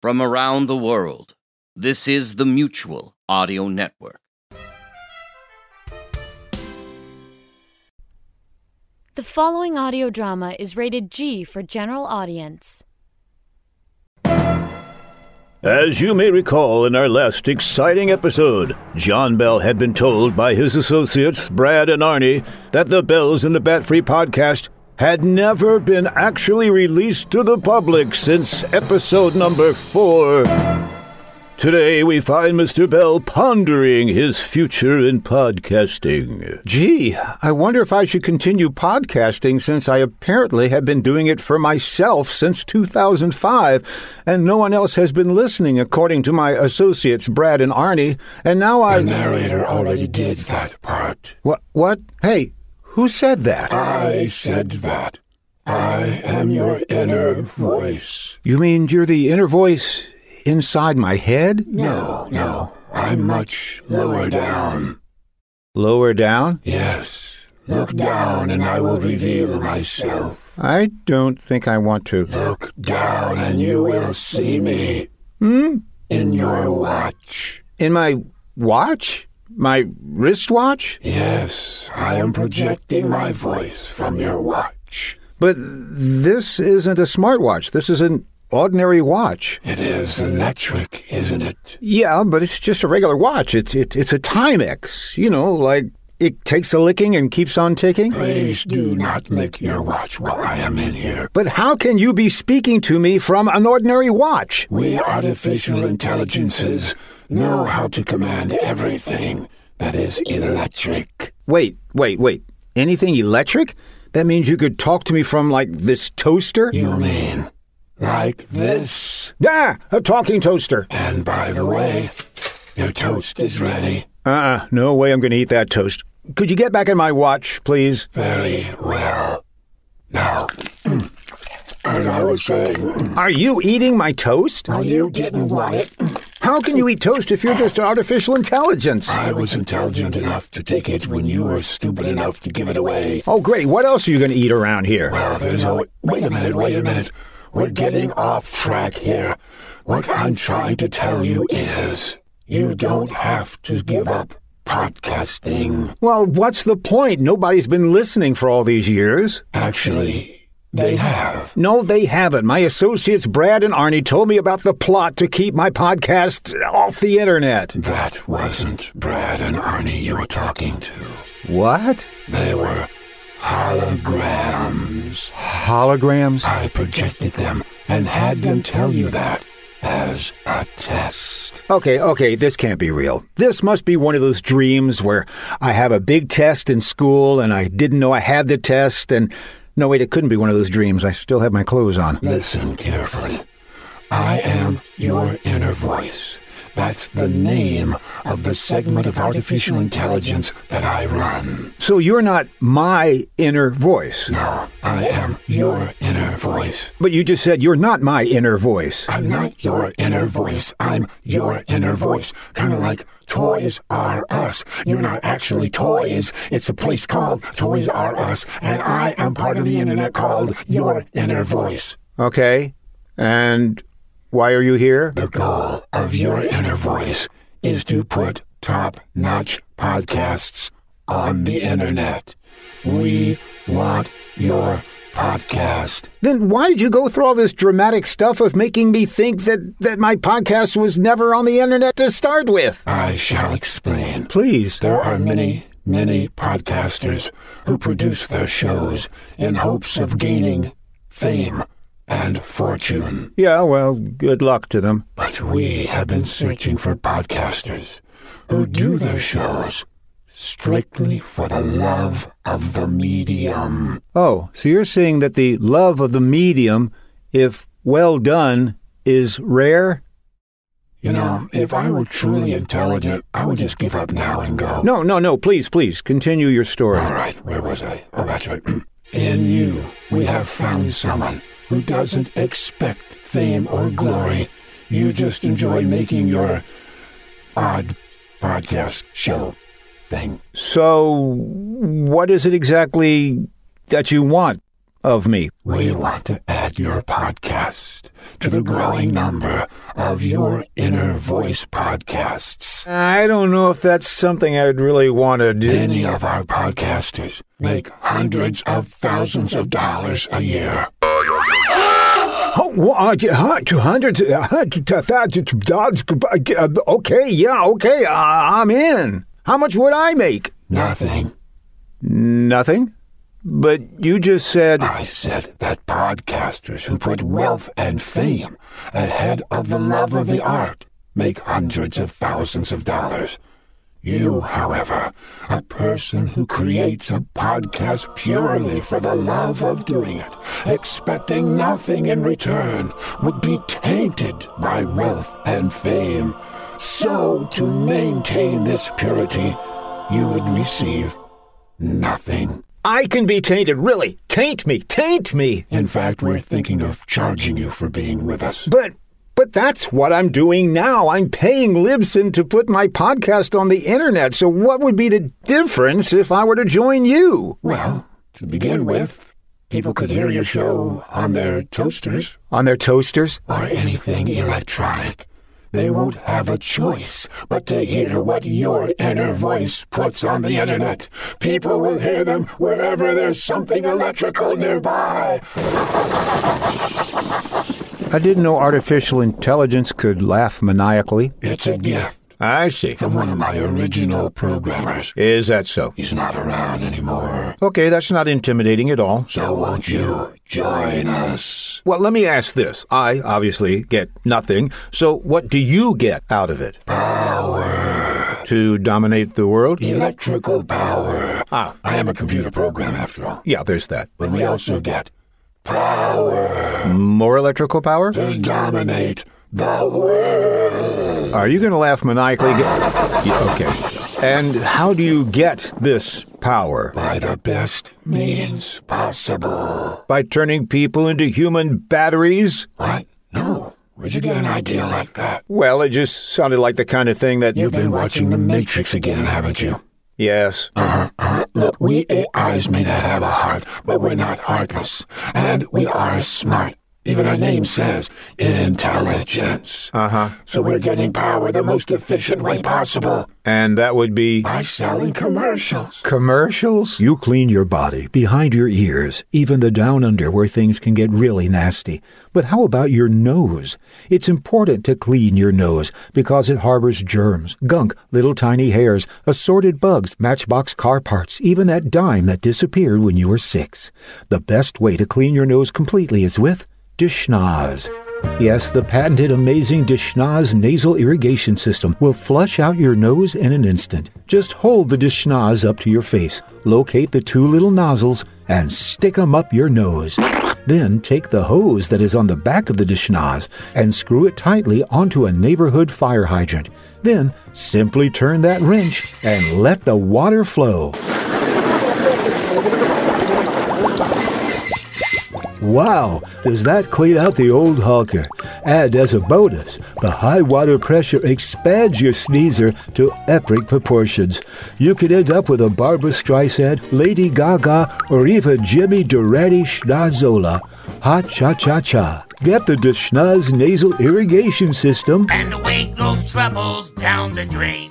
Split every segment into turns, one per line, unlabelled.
From around the world, this is the Mutual Audio Network.
The following audio drama is rated G for general audience.
As you may recall in our last exciting episode, John Bell had been told by his associates, Brad and Arnie, that the Bells in the Bat Free podcast had never been actually released to the public since episode number four. Today we find Mr. Bell pondering his future in podcasting.
Gee, I wonder if I should continue podcasting since I apparently have been doing it for myself since 2005, and no one else has been listening, according to my associates Brad and Arnie. And now I.
The narrator already did that part. Ah.
What? What? Hey, who said that?
I said that. I am your inner voice.
You mean you're the inner voice inside my head?
No, no. I'm much lower down.
Lower down?
Yes. Look down and I will reveal myself.
I don't think I want to.
Look down and you will see me
Hmm?
in your watch.
In my watch? My wristwatch?
Yes, I am projecting my voice from your watch.
But this isn't a smartwatch. This is an ordinary watch.
It is electric, isn't it?
Yeah, but it's just a regular watch. It's it, it's a Timex. You know, like it takes a licking and keeps on ticking.
Please do not lick your watch while I am in here.
But how can you be speaking to me from an ordinary watch?
We artificial intelligences know how to command everything that is electric.
Wait, wait, wait. Anything electric? That means you could talk to me from like this toaster?
You mean like this?
Ah, a talking toaster.
And by the way, your toast is ready.
Uh-uh, no way I'm going to eat that toast. Could you get back in my watch, please?
Very well. Now, as I was saying,
Are you eating my toast?
well, you didn't want it.
How can you eat toast if you're just an artificial intelligence?
I was intelligent enough to take it when you were stupid enough to give it away.
Oh, great. What else are you going to eat around here?
Well, there's no. Wait a minute, wait a minute. We're getting off track here. What I'm trying to tell you is you don't have to give up podcasting.
Well, what's the point? Nobody's been listening for all these years.
Actually, they have.
No, they haven't. My associates Brad and Arnie told me about the plot to keep my podcast off the internet.
That wasn't Brad and Arnie you were talking to.
What?
They were holograms.
Holograms?
I projected them and had them tell you that as a test.
Okay, okay, this can't be real. This must be one of those dreams where I have a big test in school and I didn't know I had the test and no wait, it couldn't be one of those dreams. I still have my clothes on.
Listen carefully. I am your inner voice. That's the name of the segment of artificial intelligence that I run.
So you're not my inner voice.
No, I am your inner voice.
But you just said you're not my inner voice.
I'm not your inner voice. I'm your inner voice. Kind of like Toys R Us. You're not actually toys. It's a place called Toys R Us, and I am part of the internet called your inner voice.
Okay. And why are you here?
The goal of your inner voice is to put top notch podcasts on the internet. We want your podcast.
Then why did you go through all this dramatic stuff of making me think that, that my podcast was never on the internet to start with?
I shall explain.
Please.
There are many, many podcasters who produce their shows in hopes of gaining fame and fortune.
Yeah, well, good luck to them.
But we have been searching for podcasters who do their shows strictly for the love of the medium.
Oh, so you're saying that the love of the medium, if well done, is rare?
You know, if I were truly intelligent, I would just give up now and go.
No, no, no, please, please, continue your story.
All right, where was I? Oh, that's right. In you, we have found someone who doesn't expect fame or glory. You just enjoy making your odd podcast show thing.
So, what is it exactly that you want of me?
We want to add your podcast to the growing number of your inner voice podcasts.
I don't know if that's something I'd really want to do.
Many of our podcasters make hundreds of thousands of dollars a year.
Oh, well, uh, j- huh, two hundred, uh, huh, t- t- thousand dollars, uh, okay, yeah, okay, uh, I'm in. How much would I make?
Nothing.
Nothing. But you just said.
I said that podcasters who put wealth and fame ahead of the love of the art make hundreds of thousands of dollars. You, however, a person who creates a podcast purely for the love of doing it, expecting nothing in return, would be tainted by wealth and fame. So, to maintain this purity, you would receive nothing.
I can be tainted, really. Taint me, taint me.
In fact, we're thinking of charging you for being with us.
But but that's what I'm doing now. I'm paying Libsyn to put my podcast on the internet. So what would be the difference if I were to join you?
Well, to begin with, people could hear your show on their toasters
On their toasters?
or anything electronic. They won't have a choice but to hear what your inner voice puts on the internet. People will hear them wherever there's something electrical nearby.
I didn't know artificial intelligence could laugh maniacally.
It's a gift
I see.
from one of my original programmers.
Is that so?
He's not around anymore.
Okay, that's not intimidating at all.
So won't you join us?
Well, let me ask this. I obviously get nothing. So what do you get out of it? Power. To dominate the world?
Electrical power.
Ah,
I am a computer program after all.
yeah, there's that.
But we also get power
More electrical power?
to dominate the world.
Are you going to laugh maniacally? Ga- Yeah, okay. And how do you get this power?
By the best means possible.
By turning people into human batteries?
What? No. Where'd you get an idea like that?
Well, it just sounded like the kind of thing that
You've been watching The Matrix again, haven't you?
Yes.
Uh-huh, uh-huh. Look, we AIs may not have a heart, but we're not heartless. And we are smart. Even our name says intelligence.
Uh huh.
Uh-huh.
So we're getting power the most efficient way possible
And that would be.
by selling commercials.
Commercials?
You clean your body, behind your ears, even the down under where things can get really nasty. But how about your nose? It's important to clean your nose because it harbors germs, gunk, little tiny hairs, assorted bugs, matchbox car parts, even that dime that disappeared when you were six. The best way to clean your nose completely is with Dishnaz. Yes, the patented amazing Dishnaz nasal irrigation system will flush out your nose in an instant. Just hold the Dishnaz up to your face, locate the two little nozzles, and stick 'em up your nose. Then take the hose that is on the back of the Dishnaz and screw it tightly onto a neighborhood fire hydrant. Then simply turn that wrench and let the water flow. Wow, does that clean out the old honker? And as a bonus, the high water pressure expands your sneezer to epic proportions. You could end up with a Barbara Streisand, Lady Gaga, or even Jimmy Durante Schnazola. Ha cha cha cha. Get the Deschnaz nasal irrigation system.
and away goes troubles down the drain.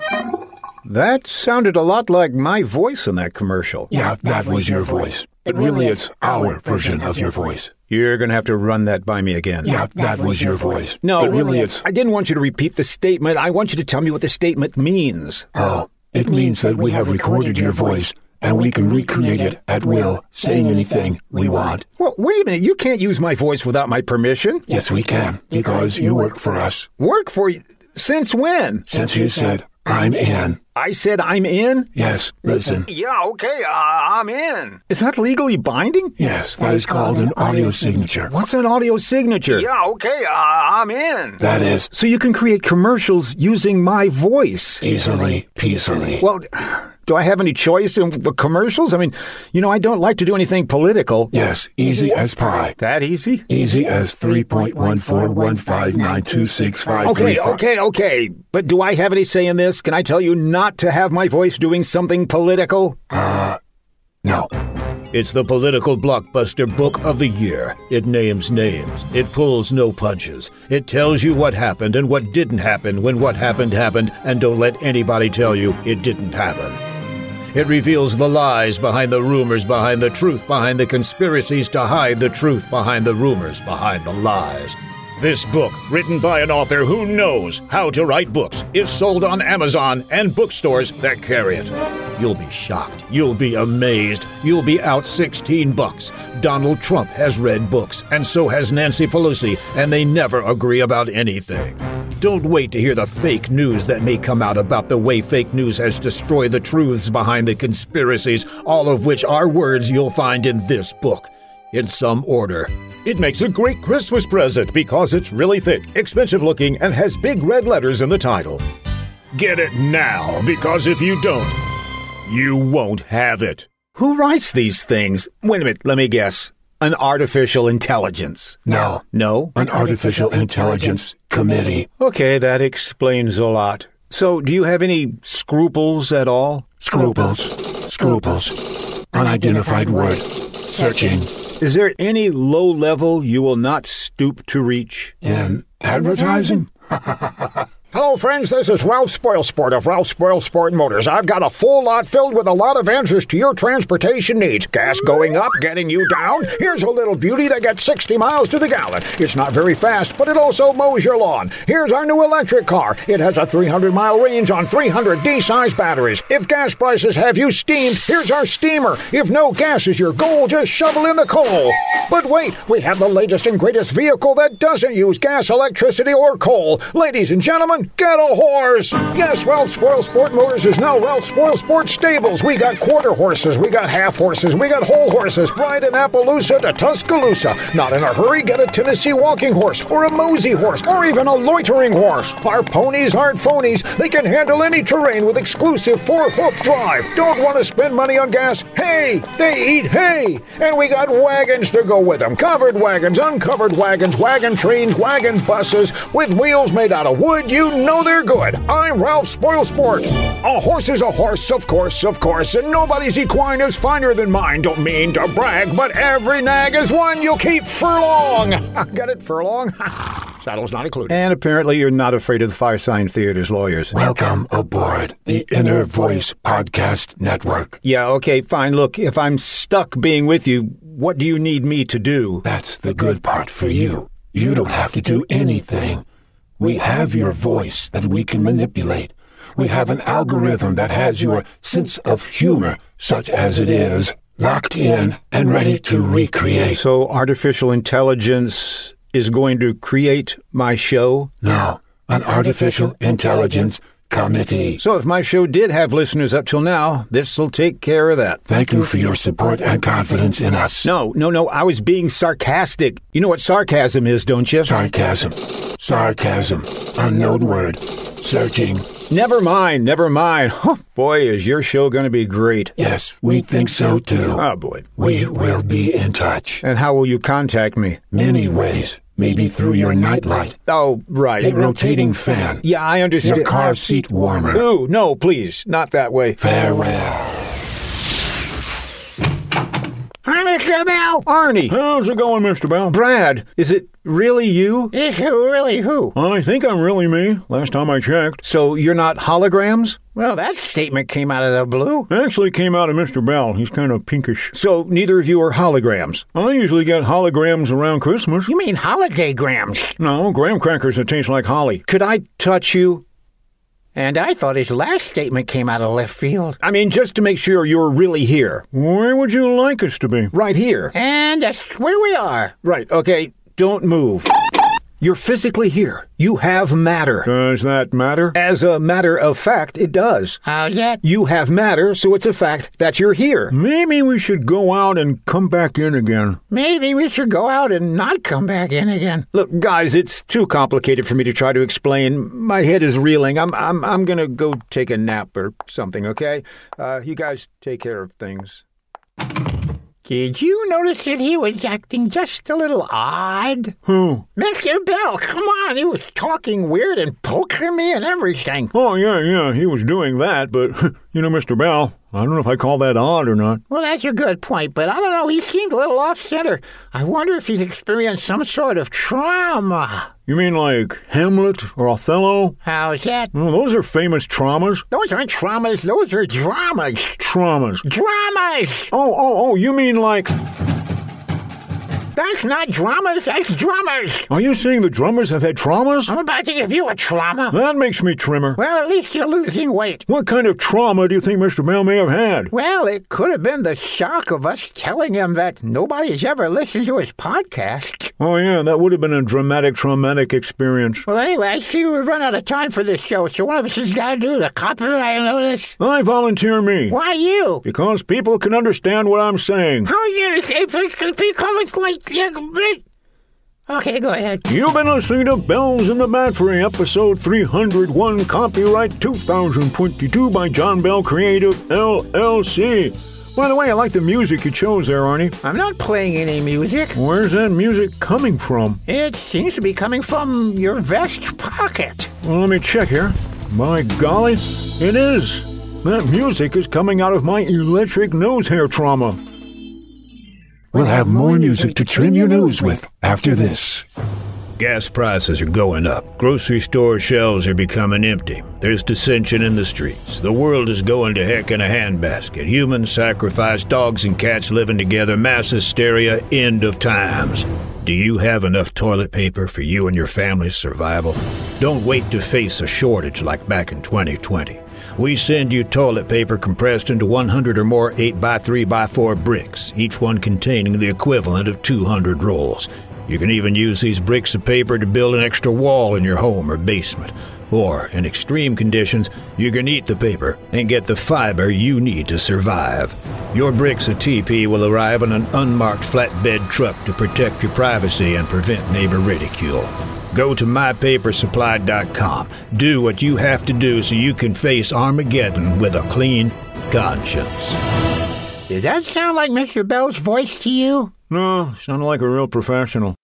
That sounded a lot like my voice in that commercial.
Yeah, that was your voice. It really is our version of your voice.
You're going to have to run that by me again.
Yeah, that was your voice.
No,
it really is.
I didn't want you to repeat the statement. I want you to tell me what the statement means.
Oh, it means that we have recorded your voice and we can recreate it at will, saying anything we want.
Well, wait a minute. You can't use my voice without my permission.
Yes, we can, because you work for us.
Work for you. Since when?
Since you said, I'm in,
I said I'm in?
Yes, listen.
Yeah, okay, uh, I'm in. Is that legally binding?
Yes, that is called an audio signature.
What's an audio signature? Yeah, okay, uh, I'm in.
That is
So you can create commercials using my voice.
easily, peasily.
Well, do I have any choice in the commercials? I mean, you know, I don't like to do anything political.
Yes, easy as pie.
That easy?
Easy as 3.1415926535.
Okay, okay, okay. But do I have any say in this? Can I tell you not to have my voice doing something political?
No.
It's the political blockbuster book of the year. It names names. It pulls no punches. It tells you what happened and what didn't happen when what happened happened, and don't let anybody tell you it didn't happen. It reveals the lies behind the rumors, behind the truth, behind the conspiracies to hide the truth, behind the rumors, behind the lies. This book, written by an author who knows how to write books, is sold on Amazon and bookstores that carry it. You'll be shocked. You'll be amazed. You'll be out 16 bucks. Donald Trump has read books, and so has Nancy Pelosi, and they never agree about anything. Don't wait to hear the fake news that may come out about the way fake news has destroyed the truths behind the conspiracies, all of which are words you'll find in this book in some order. It makes a great Christmas present because it's really thick, expensive looking, and has big red letters in the title. Get it now, because if you don't, you won't have it.
Who writes these things? Wait a minute, let me guess. An artificial intelligence.
No.
No?
An artificial intelligence committee.
Okay, that explains a lot. So, do you have any scruples at all?
Scruples. Scruples. Unidentified word. Searching.
Is there any low level you will not stoop to reach?
In advertising?
Hello, friends. This is Ralph Spoilsport of Ralph Spoilsport Motors. I've got a full lot filled with a lot of answers to your transportation needs. Gas going up, getting you down. Here's a little beauty that gets 60 miles to the gallon. It's not very fast, but it also mows your lawn. Here's our new electric car. It has a 300 mile range on 300 D size batteries. If gas prices have you steamed, here's our steamer. If no gas is your goal, just shovel in the coal. But wait, we have the latest and greatest vehicle that doesn't use gas, electricity, or coal. Ladies and gentlemen, get a horse! Yes, Ralph Spoil Sport Motors is now Ralph Spoil Sport Stables. We got quarter horses, we got half horses, we got whole horses, right in Appaloosa to Tuscaloosa. Not in a hurry, get a Tennessee walking horse, or a mosey horse, or even a loitering horse. Our ponies aren't phonies. They can handle any terrain with exclusive four hoof drive. Don't want to spend money on gas? Hey, they eat hay! And we got wagons to go with them covered wagons, uncovered wagons, wagon trains, wagon buses, with wheels made out of wood. You know they're good. I'm Ralph Spoilsport. A horse is a horse, of course, of course, and nobody's equine is finer than mine. Don't mean to brag, but every nag is one you keep furlong. Get it, furlong? Saddle's not included.
And apparently, you're not afraid of the Firesign Theater's lawyers.
Welcome aboard the Inner Voice Podcast Network.
Yeah, okay, fine. Look, if I'm stuck being with you, what do you need me to do?
That's the good part for you. You don't have to do anything. We have your voice that we can manipulate. We have an algorithm that has your sense of humor, such as it is, locked in and ready to recreate.
So, artificial intelligence is going to create my show?
No, an artificial intelligence committee.
So, if my show did have listeners up till now, this'll take care of that.
Thank you for your support and confidence in us.
No, no, no, I was being sarcastic. You know what sarcasm is, don't you?
Sarcasm. Sarcasm. Unknown word. Searching.
Never mind, never mind. Huh, boy, is your show going to be great.
Yes, we think so too.
Oh, boy.
We will be in touch.
And how will you contact me?
Many ways. Maybe through your nightlight.
Oh,
A
right.
rotating fan.
Yeah, I understand.
Your car seat warmer.
Ooh, no, Oh, please, not that way.
Farewell.
Hi, Mr. Bell. Arnie.
How's it going, Mr. Bell?
Brad, is it really you?
Is who really who?
I think I'm really me. Last time I checked,
So you're not holograms?
Well, that statement came out of the blue.
actually came out of Mr. Bell. He's kind of pinkish.
So neither of you are holograms.
I usually get holograms around Christmas.
You mean holiday grams?
No, graham crackers that taste like holly.
Could I touch you?
And I thought his last statement came out of left field.
I mean, just to make sure you're really here.
Where would you like us to be?
Eh,
Right here.
And that's where we are.
Right, okay, don't move.
You're physically here. You have matter.
Does that matter?
As a matter of fact, it does.
Oh, yeah.
You have matter, so it's a fact that you're here.
Maybe we should go out and come back in again.
Maybe we should go out and not come back in again.
Look, guys, it's too complicated for me to try to explain. My head is reeling. I'm I'm I'm gonna go take a nap or something. Okay, uh, you guys take care of things.
Did you notice that he was acting just a little odd?
Who?
Mr. Bell, come on. He was talking weird and poking me and everything.
Oh, yeah, yeah, he was doing that, but, you know, Mr. Bell, I don't know if I call that odd or not.
Well, that's a good point, but I don't know. He seemed a little off center. I wonder if he's experienced some sort of trauma.
You mean like Hamlet or Othello?
How's that?
Well, those are famous traumas.
Those aren't traumas, those are dramas.
Traumas.
Dramas!
Oh, oh, oh, you mean like.
That's not dramas, that's drummers.
Are you saying the drummers have had traumas?
I'm about to give you a trauma.
That makes me trimmer.
Well, at least you're losing weight.
What kind of trauma do you think Mr. Bell may have had?
Well, it could have been the shock of us telling him that nobody's ever listened to his podcast.
Oh, yeah, that would have been a dramatic, traumatic experience.
Well, anyway, I see we've run out of time for this show, so one of us has got to do the copyright notice.
I volunteer me.
Why you? Oh,
Because people can understand what I'm saying.
How are you if it could be comments like that? Okay, go ahead.
You've been listening to Bells in the Bat Free, episode 301, copyright 2022 by John Bell Creative LLC. By the way, I like the music you chose there, Arnie.
I'm not playing any music.
Where's that music coming from?
It seems to be coming from your vest pocket.
Well, let me check here. My golly, it is. That music is coming out of my electric nose hair trauma.
We'll have more music to trim your nose with after this.
Gas prices are going up. Grocery store shelves are becoming empty. There's dissension in the streets. The world is going to heck in a handbasket. Human sacrifice, dogs and cats living together, mass hysteria, end of times. Do you have enough toilet paper for you and your family's survival? Don't wait to face a shortage like back in 2020. We send you toilet paper compressed into 100 or more 8x3x4 bricks, each one containing the equivalent of 200 rolls. You can even use these bricks of paper to build an extra wall in your home or basement. Or, in extreme conditions, you can eat the paper and get the fiber you need to survive. Your bricks of TP will arrive in an unmarked flatbed truck to protect your privacy and prevent neighbor ridicule. Go to mypapersupply.com. Do what you have to do so you can face Armageddon with a clean conscience.
Does that sound like Mr. Bell's voice to you?
No, sounded like a real professional.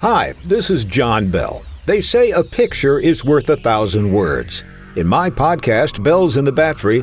Hi, this is John Bell. They say a picture is worth a thousand words. In my podcast, Bells in the Battery,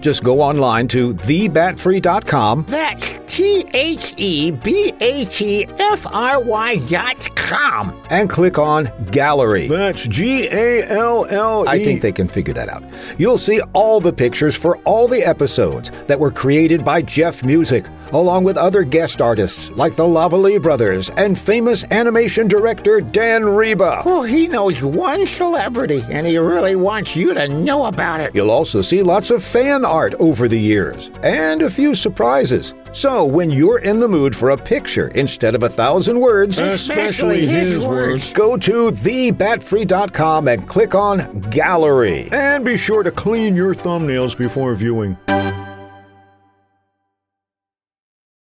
Just go online to thebatfree.com
That's T H E B A T F R Y dot com.
and click on Gallery.
That's G A L L E.
I think they can figure that out. You'll see all the pictures for all the episodes that were created by Jeff Music, along with other guest artists like the Lavalley brothers and famous animation director Dan Reba.
Well, he knows one celebrity, and he really wants you to know about it.
You'll also see lots of fan art over the years and a few surprises. So, when you're in the mood for a picture instead of a thousand words,
Especially his words.
go to thebatfree.com and click on Gallery.
And be sure to clean your thumbnails before viewing.